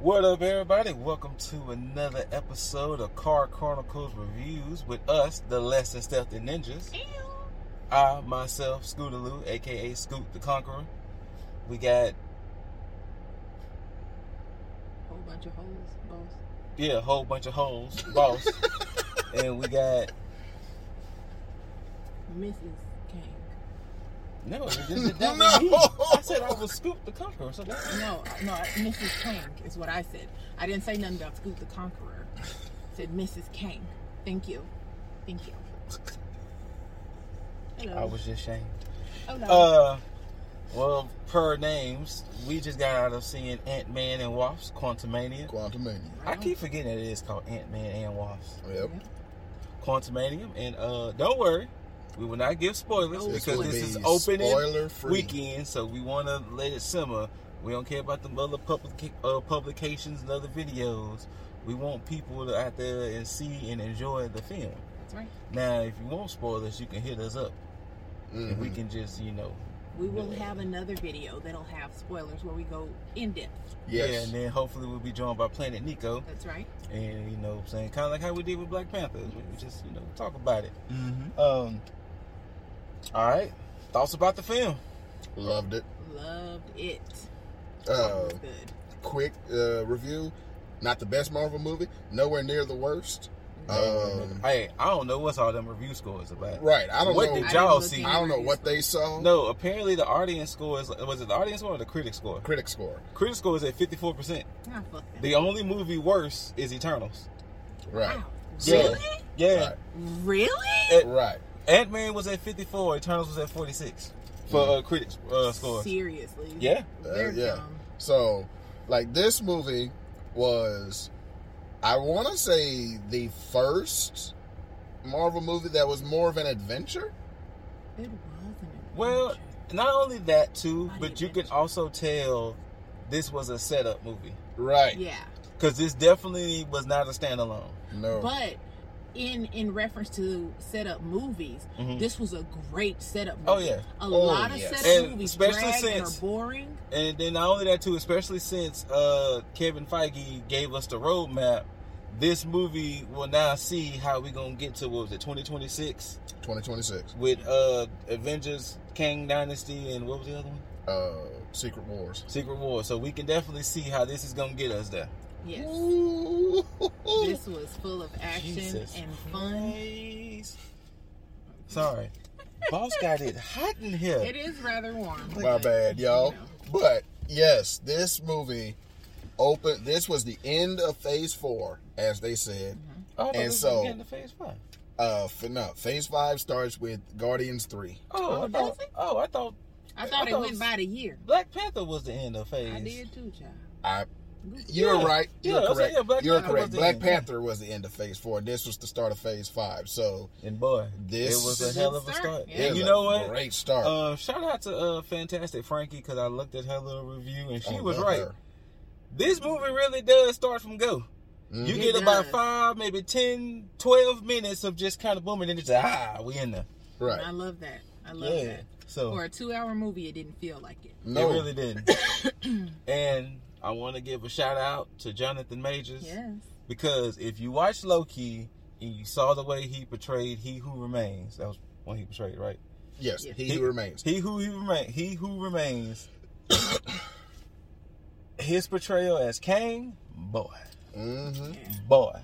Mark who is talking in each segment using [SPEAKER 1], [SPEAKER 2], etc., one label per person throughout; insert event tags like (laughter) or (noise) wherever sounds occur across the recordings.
[SPEAKER 1] What up, everybody? Welcome to another episode of Car Chronicles Reviews with us, the Less Than Stealthy Ninjas. I, myself, Scootaloo, aka Scoot the Conqueror. We got,
[SPEAKER 2] Whole bunch of hoes, boss.
[SPEAKER 1] yeah, a whole bunch of hoes, (laughs) boss. and we got,
[SPEAKER 2] Mrs. King.
[SPEAKER 1] no, this (laughs) is that
[SPEAKER 3] No.
[SPEAKER 1] was me. I said I was Scoot the Conqueror, so that's
[SPEAKER 2] No, no, Mrs. King is what I said. I didn't say nothing about Scoot the Conqueror. I said Mrs. King. Thank you. Thank you. Hello.
[SPEAKER 1] I was just shamed.
[SPEAKER 2] Hello.
[SPEAKER 1] Uh, well, per names, we just got out of seeing Ant Man and Wasp, Quantumania.
[SPEAKER 3] Quantumania.
[SPEAKER 1] I keep forgetting that it is called Ant Man and Wasp.
[SPEAKER 3] Yep.
[SPEAKER 1] Quantumanium. And uh don't worry, we will not give spoilers
[SPEAKER 2] No
[SPEAKER 1] because
[SPEAKER 3] will
[SPEAKER 2] spoilers.
[SPEAKER 1] Oh, this is
[SPEAKER 3] be
[SPEAKER 1] opening
[SPEAKER 3] spoiler-free.
[SPEAKER 1] weekend, so we want to let it simmer. We don't care about the other public uh, publications and other videos. We want people to out there and see and enjoy the film.
[SPEAKER 2] That's right.
[SPEAKER 1] Now, if you want spoilers, you can hit us up,
[SPEAKER 3] Mhm.
[SPEAKER 1] and we can just you know,
[SPEAKER 2] We will have another video that'll have spoilers where we go in depth.
[SPEAKER 1] yeah.
[SPEAKER 3] Yes.
[SPEAKER 1] And then hopefully we'll be joined by Planet Nico,
[SPEAKER 2] That's right.
[SPEAKER 1] and you know, what I'm saying kind of like how we did with Black Panther. We just you know talk about it.
[SPEAKER 3] mm-hmm.
[SPEAKER 1] Um. All right, thoughts about the film?
[SPEAKER 3] Loved it.
[SPEAKER 2] Loved it. It
[SPEAKER 3] Uh,
[SPEAKER 2] was good.
[SPEAKER 3] quick uh, review. Not the best Marvel movie. Nowhere near the worst. Um,
[SPEAKER 1] hey, I don't know what's all them review scores about.
[SPEAKER 3] right. I don't
[SPEAKER 1] what
[SPEAKER 3] know.
[SPEAKER 1] did
[SPEAKER 2] I
[SPEAKER 1] y'all
[SPEAKER 2] didn't look
[SPEAKER 1] see?
[SPEAKER 2] at
[SPEAKER 3] I don't know what they saw.
[SPEAKER 1] No, apparently the audience score is was it the audience score or the critic score?
[SPEAKER 3] Critic score.
[SPEAKER 1] Critic score is at fifty four percent.
[SPEAKER 2] Ah, fuck that.
[SPEAKER 1] The only movie worse is Eternals.
[SPEAKER 3] Right.
[SPEAKER 2] Wow.
[SPEAKER 3] So-
[SPEAKER 2] Really?
[SPEAKER 1] Yeah,
[SPEAKER 2] Really?
[SPEAKER 1] It-
[SPEAKER 3] Right.
[SPEAKER 1] Ant Man was at fifty four. Eternals was at forty six for
[SPEAKER 3] Mm-hmm.
[SPEAKER 1] uh, critics uh, scores.
[SPEAKER 2] Seriously.
[SPEAKER 1] Yeah,
[SPEAKER 3] Uh,
[SPEAKER 2] They're
[SPEAKER 3] yeah.
[SPEAKER 2] dumb.
[SPEAKER 3] So, like this movie was, I want to say the first Marvel movie that was more of an adventure.
[SPEAKER 2] It wasn't.
[SPEAKER 1] Well, not only that too,
[SPEAKER 2] I
[SPEAKER 1] but
[SPEAKER 2] didn't
[SPEAKER 1] you can
[SPEAKER 2] mention-
[SPEAKER 1] also tell this was a setup movie
[SPEAKER 3] Right.
[SPEAKER 2] yeah.
[SPEAKER 1] because this definitely was not a standalone.
[SPEAKER 3] No.
[SPEAKER 2] But in in reference to setup movies,
[SPEAKER 1] Mhm.
[SPEAKER 2] this was a great setup. Movie.
[SPEAKER 1] Oh, yeah.
[SPEAKER 2] a
[SPEAKER 3] Oh,
[SPEAKER 2] lot of
[SPEAKER 3] yes.
[SPEAKER 2] setup
[SPEAKER 1] And
[SPEAKER 2] movies,
[SPEAKER 1] especially
[SPEAKER 2] drag and
[SPEAKER 1] since-
[SPEAKER 2] are boring.
[SPEAKER 1] And then not only that too, especially since uh, Kevin Feige gave us the roadmap, this movie will now see how we gonna get to what was it, twenty twenty six
[SPEAKER 3] 2026.
[SPEAKER 1] with uh Avengers, Kang Dynasty, and what was the other one?
[SPEAKER 3] Uh, Secret Wars.
[SPEAKER 1] Secret War. So we can definitely see how this is gonna get us there.
[SPEAKER 2] Yes,
[SPEAKER 3] Ooh.
[SPEAKER 2] this was full of action
[SPEAKER 1] Jesus
[SPEAKER 2] and fun.
[SPEAKER 1] Christ. Sorry. Boss got it hot in here.
[SPEAKER 2] It is rather warm.
[SPEAKER 3] My
[SPEAKER 2] but,
[SPEAKER 3] bad,
[SPEAKER 2] you
[SPEAKER 3] y'all.
[SPEAKER 2] know,
[SPEAKER 3] But yes, this movie open. This was the end of Phase Four, as they
[SPEAKER 2] Uh-huh.
[SPEAKER 3] said.
[SPEAKER 1] Oh, I thought
[SPEAKER 3] And
[SPEAKER 1] this was
[SPEAKER 3] so-
[SPEAKER 1] getting to phase five.
[SPEAKER 3] Uh, f- no, Phase Five starts with Guardians Three.
[SPEAKER 1] Oh,
[SPEAKER 2] Oh,
[SPEAKER 1] I thought,
[SPEAKER 2] does it?
[SPEAKER 1] oh, I thought
[SPEAKER 2] I thought
[SPEAKER 1] I
[SPEAKER 2] it
[SPEAKER 1] thought
[SPEAKER 2] went
[SPEAKER 1] it
[SPEAKER 2] by the year.
[SPEAKER 1] Black Panther was the end of phase.
[SPEAKER 2] I did too, child.
[SPEAKER 3] I, you're
[SPEAKER 1] Yeah.
[SPEAKER 3] right. You're
[SPEAKER 1] Yeah, I was like,
[SPEAKER 3] correct.
[SPEAKER 1] yeah, Black
[SPEAKER 3] you're
[SPEAKER 1] Panther was
[SPEAKER 3] correct.
[SPEAKER 1] the
[SPEAKER 3] Black
[SPEAKER 1] end.
[SPEAKER 3] Panther was the end of Phase Four. This was the start of Phase Five. So
[SPEAKER 1] And boy,
[SPEAKER 3] This-
[SPEAKER 1] it was a hell of a
[SPEAKER 2] Good
[SPEAKER 1] start.
[SPEAKER 2] start.
[SPEAKER 3] it
[SPEAKER 2] Yeah.
[SPEAKER 1] And
[SPEAKER 3] was
[SPEAKER 1] you
[SPEAKER 3] a
[SPEAKER 1] know what?
[SPEAKER 3] Great start.
[SPEAKER 1] Uh, shout out to uh, Fantastic Frankie because I looked at her little review and she
[SPEAKER 3] I
[SPEAKER 1] was
[SPEAKER 3] love
[SPEAKER 1] right.
[SPEAKER 3] her.
[SPEAKER 1] This movie really does start from go. You
[SPEAKER 3] Mhm.
[SPEAKER 2] It
[SPEAKER 1] get about
[SPEAKER 2] does.
[SPEAKER 1] five, maybe 10, 12 minutes of just kind of booming and it's like, ah, we in there.
[SPEAKER 2] And I
[SPEAKER 3] Right.
[SPEAKER 2] love that. I love
[SPEAKER 1] Yeah.
[SPEAKER 2] that.
[SPEAKER 1] So
[SPEAKER 2] For a two-hour movie, it didn't feel like it.
[SPEAKER 3] No.
[SPEAKER 1] it really
[SPEAKER 2] (coughs)
[SPEAKER 1] didn't. and I want to give a shout out to Jonathan Majors
[SPEAKER 2] Yes.
[SPEAKER 1] because if you watch Loki and you saw the way he portrayed He Who Remains, that was when he portrayed, right?
[SPEAKER 3] Yes.
[SPEAKER 2] Yeah.
[SPEAKER 3] He, who remains.
[SPEAKER 1] He who he remain, he who remains. (coughs) his portrayal as Kane, boy,
[SPEAKER 3] Mm-hmm.
[SPEAKER 2] Yeah.
[SPEAKER 1] boy,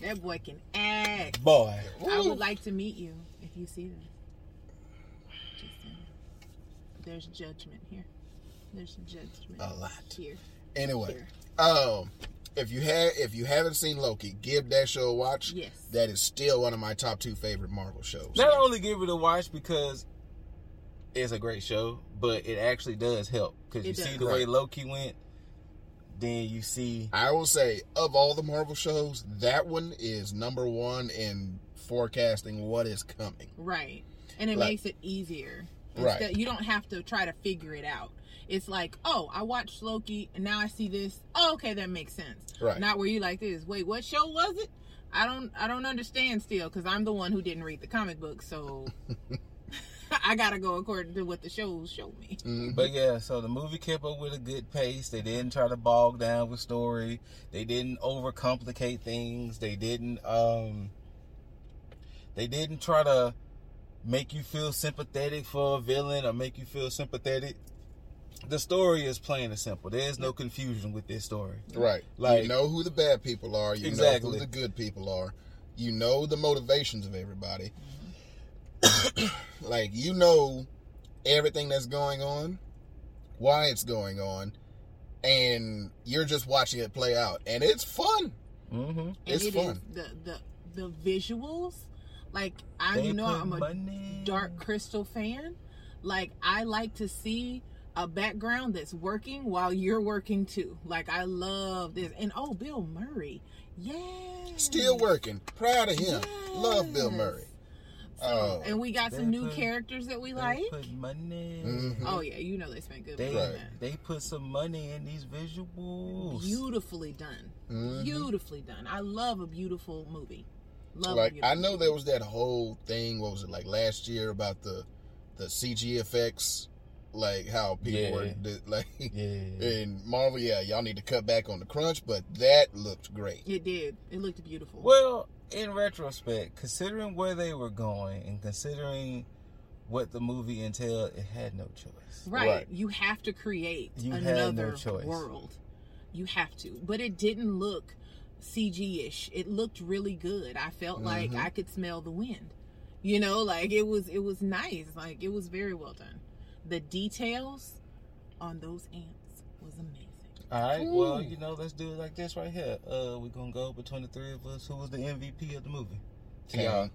[SPEAKER 2] That boy can act.
[SPEAKER 1] boy.
[SPEAKER 2] I would like to meet you if you see this. Just saying. There's judgment here. There's judgment.
[SPEAKER 3] A lot.
[SPEAKER 2] Here.
[SPEAKER 3] Anyway,
[SPEAKER 2] Here.
[SPEAKER 3] um, if you have if you haven't seen Loki, give that show a watch.
[SPEAKER 2] Yes.
[SPEAKER 3] That is still one of my top two favorite Marvel shows.
[SPEAKER 1] Not only give it a watch because it's a great show, but it actually does help because
[SPEAKER 2] It
[SPEAKER 1] you
[SPEAKER 2] does.
[SPEAKER 1] see the way
[SPEAKER 3] Right.
[SPEAKER 1] Loki went. Then you see
[SPEAKER 3] I will say, of all the Marvel shows, that one is number one in forecasting what is coming.
[SPEAKER 2] Right. And it
[SPEAKER 3] Like-
[SPEAKER 2] makes it easier.
[SPEAKER 3] Right.
[SPEAKER 2] Instead- You don't have to try to figure it out. It's like, oh, I watched Loki and now I see this. Oh, okay, that makes sense.
[SPEAKER 3] Right.
[SPEAKER 2] Not where you like this. Wait, what show was it?
[SPEAKER 3] (laughs)
[SPEAKER 2] I don't I don't understand still because I'm the one who didn't read the comic book, so (laughs) I gotta go according to what the shows show me.
[SPEAKER 3] Mhm.
[SPEAKER 1] But yeah, so the movie kept up with a good pace. They didn't try to bog down with story. They didn't overcomplicate things. They didn't um they didn't try to make you feel sympathetic for a villain or make you feel sympathetic. The story is plain and simple. There's no confusion with this story.
[SPEAKER 3] Right.
[SPEAKER 1] Like-
[SPEAKER 3] you know who the bad people are. You know
[SPEAKER 1] Exactly.
[SPEAKER 3] who the good people are. You know the motivations of everybody.
[SPEAKER 1] Mm-hmm.
[SPEAKER 3] (coughs) like you know everything that's going on, why it's going on, and you're just watching it play out, and it's fun.
[SPEAKER 1] Mm-hmm.
[SPEAKER 2] And
[SPEAKER 3] It's
[SPEAKER 2] it is
[SPEAKER 3] fun.
[SPEAKER 2] the the the visuals, like I you know I'm a
[SPEAKER 1] money.
[SPEAKER 2] Dark Crystal fan. Like I like to see a background that's working while you're working too. Like I love this. And oh, Bill Murray. Yeah.
[SPEAKER 3] Still
[SPEAKER 1] Mm-hmm.
[SPEAKER 3] working. Proud of him.
[SPEAKER 2] Yes.
[SPEAKER 3] Love Bill Murray.
[SPEAKER 2] So,
[SPEAKER 3] Oh.
[SPEAKER 2] and we got
[SPEAKER 1] They
[SPEAKER 2] some new
[SPEAKER 1] put-
[SPEAKER 2] characters that we
[SPEAKER 1] They
[SPEAKER 2] like.
[SPEAKER 1] put money.
[SPEAKER 3] Mhm.
[SPEAKER 2] Oh yeah, you know they spent good
[SPEAKER 1] They
[SPEAKER 2] money on
[SPEAKER 3] Right.
[SPEAKER 2] that.
[SPEAKER 1] they put some money in these visuals.
[SPEAKER 2] Beautifully done.
[SPEAKER 3] Mhm.
[SPEAKER 2] Beautifully done. I love a beautiful movie. Love a
[SPEAKER 3] like
[SPEAKER 2] beautiful
[SPEAKER 3] I know
[SPEAKER 2] movie.
[SPEAKER 3] there was that whole thing. What was it like last year about the the CG effects, like how people
[SPEAKER 1] Yeah.
[SPEAKER 3] were di- (laughs) like
[SPEAKER 1] yeah.
[SPEAKER 3] in Marvel. Yeah, y'all need to cut back on the crunch, but that looked great.
[SPEAKER 2] It did. It looked beautiful.
[SPEAKER 1] Well, in retrospect, considering where they were going and considering what the movie entailed, it had no choice.
[SPEAKER 2] Right.
[SPEAKER 3] Right.
[SPEAKER 2] You have to create
[SPEAKER 1] You had no
[SPEAKER 2] another
[SPEAKER 1] choice.
[SPEAKER 2] world. You have to. But it didn't look CG ish. It looked really good. I felt like
[SPEAKER 3] Mhm.
[SPEAKER 2] I could smell the wind. You know, like it was it was nice. Like it was very well done. The details on those ants was amazing.
[SPEAKER 1] All right. Well,
[SPEAKER 3] Ooh.
[SPEAKER 1] you know, let's do it like this right here. Uh, we're gonna go between the three of us. Who was the MVP of the movie?
[SPEAKER 3] Kang.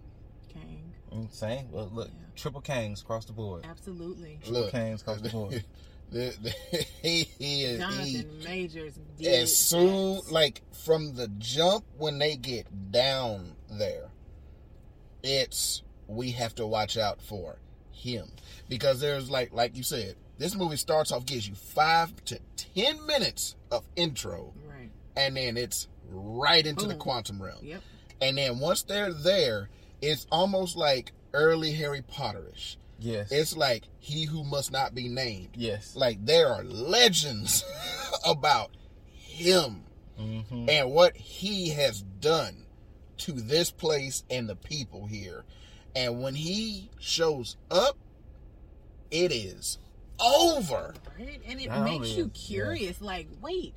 [SPEAKER 2] Kang.
[SPEAKER 1] Mm, Same. Well, look,
[SPEAKER 2] Yeah.
[SPEAKER 1] triple Kangs across the board.
[SPEAKER 2] Absolutely.
[SPEAKER 3] Look,
[SPEAKER 1] Kangs across the board.
[SPEAKER 3] (laughs) the, the, he, he is he,
[SPEAKER 2] Jonathan Majors did
[SPEAKER 3] as soon
[SPEAKER 2] that.
[SPEAKER 3] like from the jump when they get down there it's we have to watch out for him because there's like like you said this movie starts off gives you five to ten minutes of intro
[SPEAKER 2] Right.
[SPEAKER 3] and then it's right into the
[SPEAKER 2] Boom.
[SPEAKER 3] quantum realm
[SPEAKER 2] Yep.
[SPEAKER 3] and then once they're there it's almost like early harry potterish
[SPEAKER 1] Yes.
[SPEAKER 3] it's like he who must not be named
[SPEAKER 1] yes.
[SPEAKER 3] like there are legends (laughs) about him
[SPEAKER 1] hmm
[SPEAKER 3] and what he has done to this place and the people here. And when he shows up, it is over.
[SPEAKER 2] Right? And it
[SPEAKER 1] That
[SPEAKER 2] makes
[SPEAKER 1] is-
[SPEAKER 2] you
[SPEAKER 1] yeah.
[SPEAKER 2] curious, like, wait,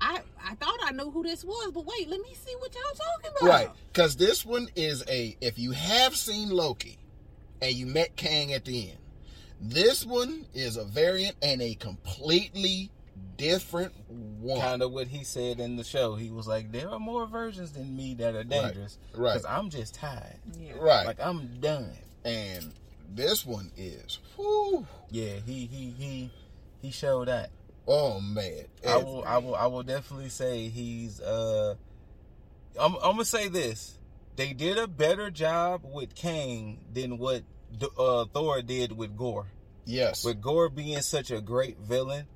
[SPEAKER 2] I I thought I know who this was, but wait, let me see what y'all talking about.
[SPEAKER 1] (laughs)
[SPEAKER 3] Right. Because this one is a, if you have seen Loki and you met Kang at the end, this one is a variant and a completely different one.
[SPEAKER 1] Kind of what he said in the show. He was like, "There are more versions than me that are dangerous
[SPEAKER 3] right.
[SPEAKER 1] I'm just tired.
[SPEAKER 2] Yeah.
[SPEAKER 3] Right.
[SPEAKER 1] Like I'm done."
[SPEAKER 3] and this one is, whew,
[SPEAKER 1] Yeah. He he he he showed out.
[SPEAKER 3] oh man.
[SPEAKER 1] I
[SPEAKER 3] It's-
[SPEAKER 1] will, I will, I will definitely say he's. uh I'm, I'm gonna say this: they did a better job with Kang than what D- uh, Thor did with Gore.
[SPEAKER 3] yes.
[SPEAKER 1] With Gore being such a great villain,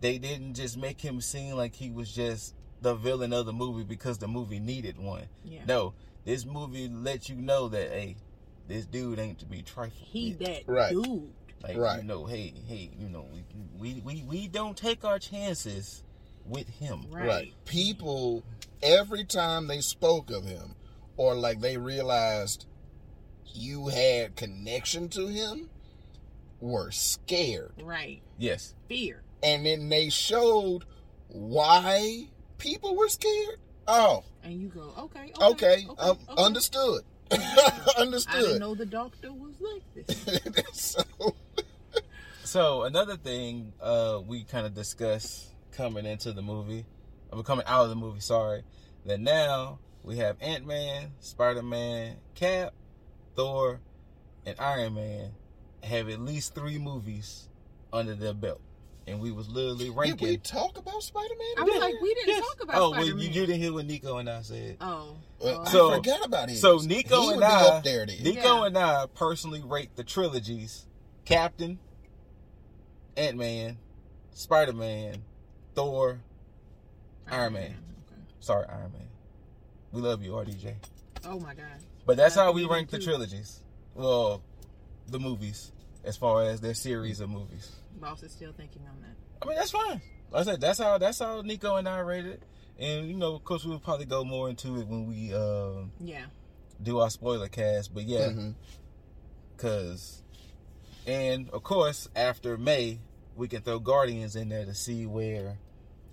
[SPEAKER 1] they didn't just make him seem like he was just the villain of the movie because the movie needed one.
[SPEAKER 2] Yeah.
[SPEAKER 1] No, this movie lets you know that hey, this dude ain't to be trifled.
[SPEAKER 2] He
[SPEAKER 1] with.
[SPEAKER 2] that
[SPEAKER 3] Right.
[SPEAKER 2] dude.
[SPEAKER 1] Like
[SPEAKER 3] Right.
[SPEAKER 1] you know, hey, hey, you know, we we we, we don't take our chances with him.
[SPEAKER 2] Right.
[SPEAKER 3] Right. People, every time they spoke of him, or like they realized you had connection to him, were scared.
[SPEAKER 2] Right.
[SPEAKER 1] Yes.
[SPEAKER 2] Fear.
[SPEAKER 3] And then they showed why people were scared. Oh,
[SPEAKER 2] And you go, okay, okay.
[SPEAKER 3] okay. um,
[SPEAKER 2] okay.
[SPEAKER 3] Understood. (laughs)
[SPEAKER 2] I didn't
[SPEAKER 3] understood.
[SPEAKER 2] know the doctor was like
[SPEAKER 3] (laughs)
[SPEAKER 2] this.
[SPEAKER 3] so,
[SPEAKER 1] So another thing uh we kind of discussed coming into the movie, or coming out of the movie, sorry, that now we have Ant Man, Spider Man, Cap, Thor, and Iron Man have at least three movies under their belt, and we was literally
[SPEAKER 3] did we
[SPEAKER 1] ranking.
[SPEAKER 3] talk about Spider
[SPEAKER 2] I
[SPEAKER 3] Man?
[SPEAKER 2] was like, we didn't
[SPEAKER 1] Yes.
[SPEAKER 2] talk about
[SPEAKER 1] oh, well, you,
[SPEAKER 2] Spider-Man.
[SPEAKER 1] you didn't hear what Nico and I said.
[SPEAKER 2] Oh.
[SPEAKER 3] Uh,
[SPEAKER 2] oh.
[SPEAKER 3] I
[SPEAKER 1] So-
[SPEAKER 3] forgot about him.
[SPEAKER 1] so Nico
[SPEAKER 3] he
[SPEAKER 1] and
[SPEAKER 3] would be
[SPEAKER 1] I-
[SPEAKER 3] up there then.
[SPEAKER 1] Nico
[SPEAKER 2] Yeah.
[SPEAKER 1] and I personally rate the trilogies Captain, Ant Man, Spider Man, Thor. Iron Man. Sorry, Iron Man. We love you, RDJ.
[SPEAKER 2] Okay. Oh my God.
[SPEAKER 1] But that's
[SPEAKER 2] Yeah,
[SPEAKER 1] how
[SPEAKER 2] we
[SPEAKER 1] we
[SPEAKER 2] do
[SPEAKER 1] rank the
[SPEAKER 2] too.
[SPEAKER 1] trilogies. Well, the movies. as far as their series of movies.
[SPEAKER 2] Boss is still thinking on that.
[SPEAKER 1] I mean, that's fine. Like I said, that's how that's how Nico and I rated. it. And you know, of course, we'll probably go more into it when we um,
[SPEAKER 2] Yeah.
[SPEAKER 1] do our spoiler cast. But yeah,
[SPEAKER 3] Mhm.
[SPEAKER 1] cause and of course after May we can throw Guardians in there to see where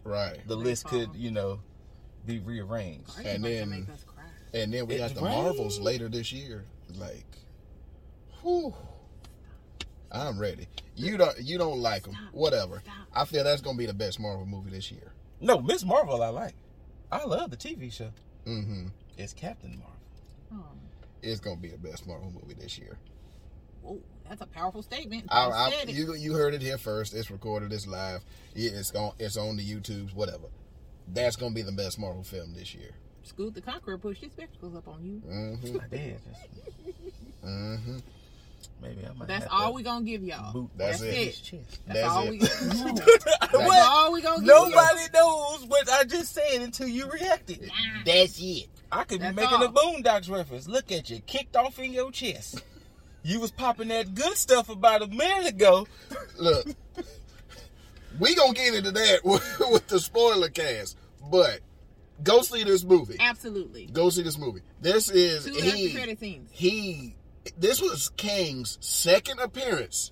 [SPEAKER 3] Right.
[SPEAKER 1] the
[SPEAKER 2] They
[SPEAKER 1] list
[SPEAKER 2] fall.
[SPEAKER 1] could you know be rearranged.
[SPEAKER 2] Guardians
[SPEAKER 3] And
[SPEAKER 2] about to
[SPEAKER 3] then-
[SPEAKER 2] make us cry.
[SPEAKER 3] And then we
[SPEAKER 1] It
[SPEAKER 3] got the
[SPEAKER 1] rained.
[SPEAKER 3] Marvels later this year. Like, whew. I'm ready. You don't you don't like them.
[SPEAKER 2] Stop.
[SPEAKER 3] Whatever.
[SPEAKER 2] Stop.
[SPEAKER 3] I feel that's gonna be the best Marvel movie this year.
[SPEAKER 1] No, Miss Marvel I like. I love the TV show.
[SPEAKER 3] Mm-hmm.
[SPEAKER 1] It's Captain Marvel.
[SPEAKER 2] Oh,
[SPEAKER 3] It's gonna be the best Marvel movie this year.
[SPEAKER 2] whoa, that's a powerful statement.
[SPEAKER 3] I,
[SPEAKER 2] I
[SPEAKER 3] I,
[SPEAKER 2] said it.
[SPEAKER 3] you you heard it here first. It's recorded. It's live. It- It's on. It's on the YouTubes. Whatever. That's gonna be the best Marvel film this year.
[SPEAKER 2] Scoot the Conqueror pushed his spectacles up on you.
[SPEAKER 1] (laughs)
[SPEAKER 3] Mm-hmm.
[SPEAKER 1] I did. Just,
[SPEAKER 3] mm-hmm.
[SPEAKER 1] maybe I might.
[SPEAKER 2] That's
[SPEAKER 1] have
[SPEAKER 2] all
[SPEAKER 1] to
[SPEAKER 2] we gonna give y'all.
[SPEAKER 1] boot
[SPEAKER 3] That's
[SPEAKER 1] that
[SPEAKER 3] it.
[SPEAKER 1] bitch chest. (laughs)
[SPEAKER 2] That's,
[SPEAKER 3] That's
[SPEAKER 2] all
[SPEAKER 3] it.
[SPEAKER 2] we. No. That's
[SPEAKER 1] What?
[SPEAKER 2] all we gonna give y'all.
[SPEAKER 1] Nobody knows what I just said until you reacted.
[SPEAKER 3] That's it.
[SPEAKER 1] I could be
[SPEAKER 2] That's
[SPEAKER 1] making a
[SPEAKER 2] all.
[SPEAKER 1] Boondocks reference. Look at you, kicked off in your chest. You was popping that good stuff about a minute ago.
[SPEAKER 3] Look, we gonna get into that (laughs) with, with the spoiler cast, but go see this movie.
[SPEAKER 2] Absolutely.
[SPEAKER 3] Go see this movie. This is
[SPEAKER 2] Two
[SPEAKER 3] he.
[SPEAKER 2] after credit scenes.
[SPEAKER 3] he this was Kang's second appearance,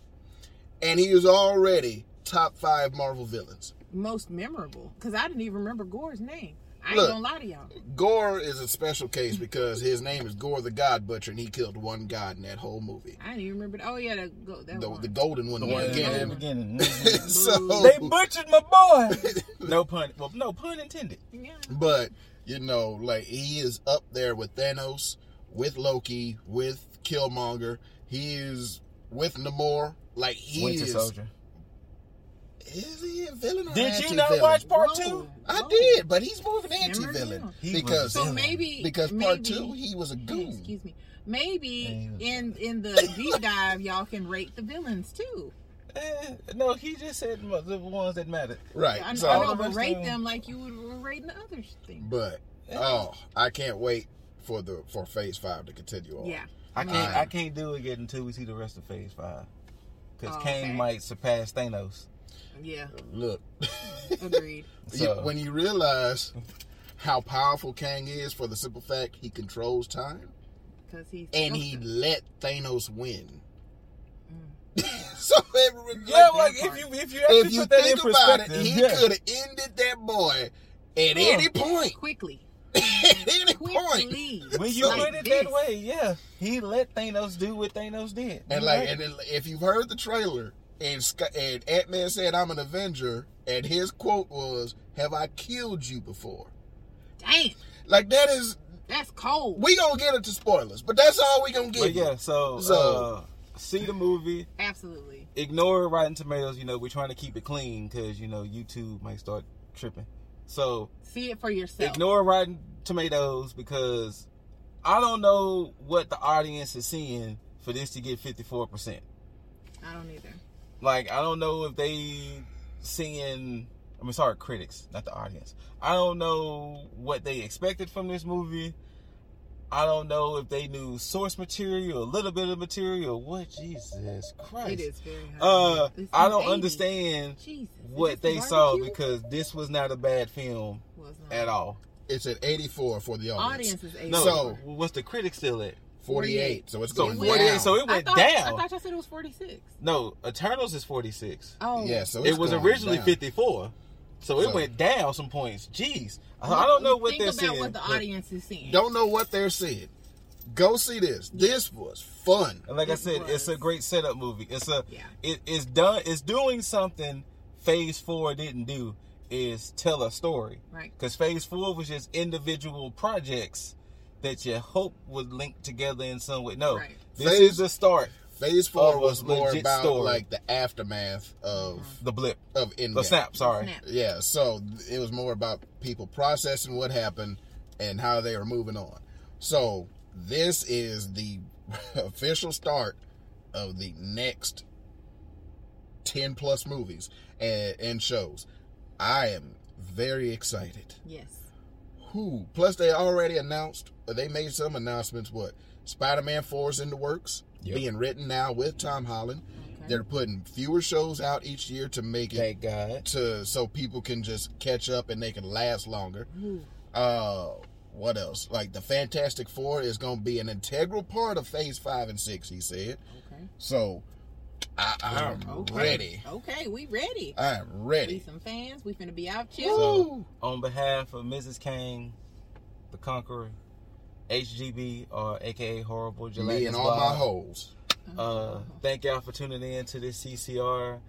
[SPEAKER 3] and he was already top five Marvel villains.
[SPEAKER 2] Most memorable, because I didn't even remember Gore's name. I ain't
[SPEAKER 3] Look.
[SPEAKER 2] gonna lie to y'all.
[SPEAKER 3] Gore is a special case because his name is Gore the God Butcher, and he killed one god in that whole movie,
[SPEAKER 2] I didn't even remember. Oh yeah, that go that
[SPEAKER 3] the,
[SPEAKER 2] one.
[SPEAKER 3] the golden one.
[SPEAKER 1] The
[SPEAKER 3] in
[SPEAKER 1] one
[SPEAKER 2] Yeah.
[SPEAKER 1] in
[SPEAKER 3] (laughs) beginning.
[SPEAKER 1] the (laughs) beginning. Mhm.
[SPEAKER 3] so,
[SPEAKER 1] they butchered my boy.
[SPEAKER 3] (laughs)
[SPEAKER 1] No pun. Well, no pun intended.
[SPEAKER 2] yeah.
[SPEAKER 3] but you know, like he is up there with Thanos, with Loki, with Killmonger. He is with Namor. Like he
[SPEAKER 1] Winter
[SPEAKER 3] is.
[SPEAKER 1] Soldier.
[SPEAKER 3] Is he a villain? Or
[SPEAKER 1] Did you not
[SPEAKER 3] anti-villain?
[SPEAKER 1] watch part
[SPEAKER 2] Whoa,
[SPEAKER 1] two?
[SPEAKER 3] I
[SPEAKER 2] whoa.
[SPEAKER 3] did, but he's more of an
[SPEAKER 2] Simmer
[SPEAKER 3] anti-villain
[SPEAKER 2] down.
[SPEAKER 1] He
[SPEAKER 3] because
[SPEAKER 1] was
[SPEAKER 2] So
[SPEAKER 1] Yeah.
[SPEAKER 2] maybe
[SPEAKER 3] because
[SPEAKER 2] maybe,
[SPEAKER 3] part two he was a goon.
[SPEAKER 2] Excuse me. Maybe
[SPEAKER 1] Yeah, he
[SPEAKER 2] in in
[SPEAKER 3] (laughs)
[SPEAKER 2] the deep dive, y'all can rate the villains too.
[SPEAKER 1] Eh, no, he just said mo- the ones that mattered.
[SPEAKER 3] Right.
[SPEAKER 2] I,
[SPEAKER 3] so,
[SPEAKER 2] I
[SPEAKER 1] all
[SPEAKER 2] know,
[SPEAKER 1] the
[SPEAKER 2] but
[SPEAKER 1] rest
[SPEAKER 2] rate
[SPEAKER 1] of 'em.
[SPEAKER 2] them like you would rate the other thing.
[SPEAKER 3] but
[SPEAKER 1] Yeah.
[SPEAKER 3] oh, I can't wait for the for Phase Five to continue on.
[SPEAKER 2] Yeah,
[SPEAKER 1] I can't.
[SPEAKER 3] Uh.
[SPEAKER 1] I can't do it yet until we see the rest of Phase Five, because
[SPEAKER 2] Oh,
[SPEAKER 1] Kane
[SPEAKER 2] okay.
[SPEAKER 1] might surpass Thanos.
[SPEAKER 2] yeah,
[SPEAKER 3] Look, (laughs)
[SPEAKER 2] agreed.
[SPEAKER 3] you-
[SPEAKER 1] So-
[SPEAKER 3] when you realize how powerful Kang is, for the simple fact he controls time
[SPEAKER 2] Because he's
[SPEAKER 3] and he
[SPEAKER 2] Joker.
[SPEAKER 3] let Thanos win. (laughs)
[SPEAKER 2] Mm.
[SPEAKER 3] so it,
[SPEAKER 1] Yeah,
[SPEAKER 2] that
[SPEAKER 1] like if
[SPEAKER 2] part.
[SPEAKER 1] you if you
[SPEAKER 3] if
[SPEAKER 1] actually
[SPEAKER 3] you
[SPEAKER 1] put that in
[SPEAKER 3] think about it,
[SPEAKER 1] perspective,
[SPEAKER 3] he
[SPEAKER 1] yeah.
[SPEAKER 3] could have ended that boy at
[SPEAKER 1] Huh.
[SPEAKER 3] any point. (laughs)
[SPEAKER 2] quickly,
[SPEAKER 3] at any point.
[SPEAKER 2] quickly.
[SPEAKER 1] When you
[SPEAKER 2] Like
[SPEAKER 1] put it
[SPEAKER 2] this.
[SPEAKER 1] that way, yeah, he let Thanos do what Thanos did.
[SPEAKER 3] And
[SPEAKER 1] You
[SPEAKER 3] like,
[SPEAKER 1] right.
[SPEAKER 3] and then, if you've heard the trailer, and Sc- and Ant Man said, "I'm an Avenger," and his quote was, "Have I killed you before?"
[SPEAKER 2] Damn,
[SPEAKER 3] Like that is,
[SPEAKER 2] that's cold.
[SPEAKER 3] we gonna get into spoilers, but that's all we gonna
[SPEAKER 1] but
[SPEAKER 3] get.
[SPEAKER 1] yeah, so,
[SPEAKER 3] So-
[SPEAKER 1] uh, see the movie.
[SPEAKER 2] Absolutely.
[SPEAKER 1] Ignore Rotten Tomatoes. You know, we're trying to keep it clean because you know YouTube might start tripping. So
[SPEAKER 2] See it for yourself.
[SPEAKER 1] ignore Rotten Tomatoes because I don't know what the audience is seeing for this to get fifty four percent.
[SPEAKER 2] I don't either.
[SPEAKER 1] Like I don't know if they seeing I mean sorry, critics, not the audience. I don't know what they expected from this movie. I don't know if they knew source material, a little bit of material. What Jesus Christ.
[SPEAKER 2] It is very high.
[SPEAKER 1] Uh
[SPEAKER 2] It's
[SPEAKER 1] I don't
[SPEAKER 2] 80.
[SPEAKER 1] understand
[SPEAKER 2] Jesus, is
[SPEAKER 1] what
[SPEAKER 2] this
[SPEAKER 1] they saw
[SPEAKER 2] barbecue? Oh.
[SPEAKER 1] because this was not a bad film
[SPEAKER 2] Was not.
[SPEAKER 1] at all.
[SPEAKER 3] It's at 84 for the audience,
[SPEAKER 2] Audience is eighty.
[SPEAKER 1] No,
[SPEAKER 3] So-
[SPEAKER 1] what's the critic still at?
[SPEAKER 3] 48. So it's
[SPEAKER 1] So
[SPEAKER 3] going
[SPEAKER 1] 48
[SPEAKER 3] down.
[SPEAKER 1] so it
[SPEAKER 2] I
[SPEAKER 1] went
[SPEAKER 2] thought,
[SPEAKER 1] down.
[SPEAKER 2] I thought y'all said it was forty six.
[SPEAKER 1] no, Eternals is 46.
[SPEAKER 2] Oh
[SPEAKER 3] yeah, so it's
[SPEAKER 1] it was
[SPEAKER 3] going
[SPEAKER 1] originally
[SPEAKER 3] down.
[SPEAKER 1] 54 so it
[SPEAKER 3] So-
[SPEAKER 1] went down some points jeez i, I don't know what
[SPEAKER 2] Think
[SPEAKER 1] they're
[SPEAKER 2] about
[SPEAKER 1] saying
[SPEAKER 2] what the
[SPEAKER 1] but-
[SPEAKER 2] audience is seeing.
[SPEAKER 3] Don't know what they're saying. Go see this. This was fun.
[SPEAKER 1] and like i
[SPEAKER 2] It
[SPEAKER 1] said it's a
[SPEAKER 2] was.
[SPEAKER 1] great setup movie it's a
[SPEAKER 2] Yeah.
[SPEAKER 1] it, it's done it's doing something phase four didn't do is tell a story
[SPEAKER 2] Right.
[SPEAKER 1] because phase four was just individual projects that you hope would link together in some way no
[SPEAKER 2] Right.
[SPEAKER 1] this
[SPEAKER 3] Phase-
[SPEAKER 1] is the start
[SPEAKER 3] Phase
[SPEAKER 1] Of
[SPEAKER 3] four
[SPEAKER 1] a
[SPEAKER 3] was more
[SPEAKER 1] legit
[SPEAKER 3] about
[SPEAKER 1] story.
[SPEAKER 3] like the aftermath of
[SPEAKER 1] the blip
[SPEAKER 3] of Endgame.
[SPEAKER 1] the snap sorry
[SPEAKER 2] Snap.
[SPEAKER 3] Yeah, so th- it was more about people processing what happened and how they were moving on. So this is the (laughs) official start of the next ten plus movies and, and shows. I am very excited.
[SPEAKER 2] Yes.
[SPEAKER 3] Who? Plus, they already announced or they made some announcements. What? Spider Man Four is in the works,
[SPEAKER 1] Yep.
[SPEAKER 3] being written now with Tom Holland.
[SPEAKER 2] Okay.
[SPEAKER 3] They're putting fewer shows out each year to make it
[SPEAKER 1] Thank God.
[SPEAKER 3] to so people can just catch up and they can last longer.
[SPEAKER 2] Ooh.
[SPEAKER 3] Uh what else? Like the Fantastic Four is going to be an integral part of Phase Five and Six. He said.
[SPEAKER 2] Okay.
[SPEAKER 3] So I, I'm
[SPEAKER 2] Okay.
[SPEAKER 3] ready.
[SPEAKER 2] Okay, we ready.
[SPEAKER 3] I'm
[SPEAKER 2] We
[SPEAKER 3] ready.
[SPEAKER 2] some fans. We finna be out chilling.
[SPEAKER 3] Woo!
[SPEAKER 1] On behalf of Mrs. Kane, the Conqueror, HGB, or AKA Horrible Gelatinous
[SPEAKER 3] Me and all my
[SPEAKER 1] Bob,
[SPEAKER 3] hoes.
[SPEAKER 1] Uh, thank y'all for tuning in to this CCR.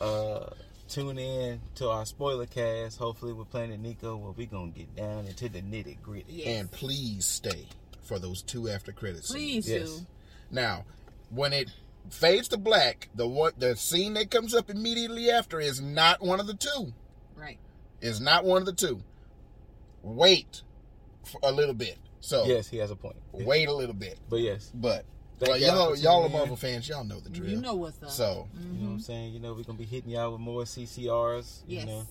[SPEAKER 1] Uh, tune in to our spoiler cast. Hopefully, with Planet Nico, where we gonna get down into the nitty gritty.
[SPEAKER 2] Yes.
[SPEAKER 3] And please stay for those two after credits.
[SPEAKER 2] Please
[SPEAKER 1] Yes.
[SPEAKER 2] do.
[SPEAKER 3] Now, when it fades to black, the what the scene that comes up immediately after is not one of the two.
[SPEAKER 2] Right.
[SPEAKER 3] Is not one of the two. Wait for a little bit. So
[SPEAKER 1] Yes, he has a point.
[SPEAKER 3] wait a little bit.
[SPEAKER 1] But yes,
[SPEAKER 3] But
[SPEAKER 1] Thank
[SPEAKER 3] well,
[SPEAKER 1] y'all
[SPEAKER 3] y'all
[SPEAKER 1] for
[SPEAKER 3] y'all are
[SPEAKER 1] tuning in.
[SPEAKER 3] Marvel fans. Y'all know the drill.
[SPEAKER 2] You know what's up. Mm-hmm.
[SPEAKER 3] so
[SPEAKER 1] you know what I'm saying. You know we're gonna be hitting y'all with more CCRs. You
[SPEAKER 2] yes.
[SPEAKER 1] know,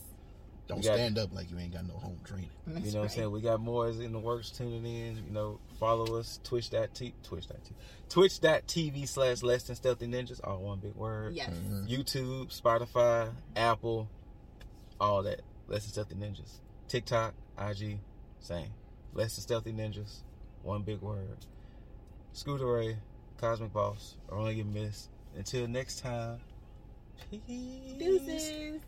[SPEAKER 3] don't
[SPEAKER 1] We got-
[SPEAKER 3] stand up like you ain't got no home training.
[SPEAKER 2] That's
[SPEAKER 1] you know what I'm
[SPEAKER 2] right.
[SPEAKER 1] saying. We got more is in the works. Tuning in. You know, follow us. Twitch that t Twitch that t Twitch.tv slash Less Than Stealthy Ninjas. All one big word.
[SPEAKER 2] Yes.
[SPEAKER 3] Mhm.
[SPEAKER 1] YouTube, Spotify, Apple, all that. Less than Stealthy Ninjas. TikTok, IG, same. Less than Stealthy Ninjas, one big word. Scooter Ray, Cosmic Boss, or only get missed. Until next time, peace.
[SPEAKER 2] Deuces.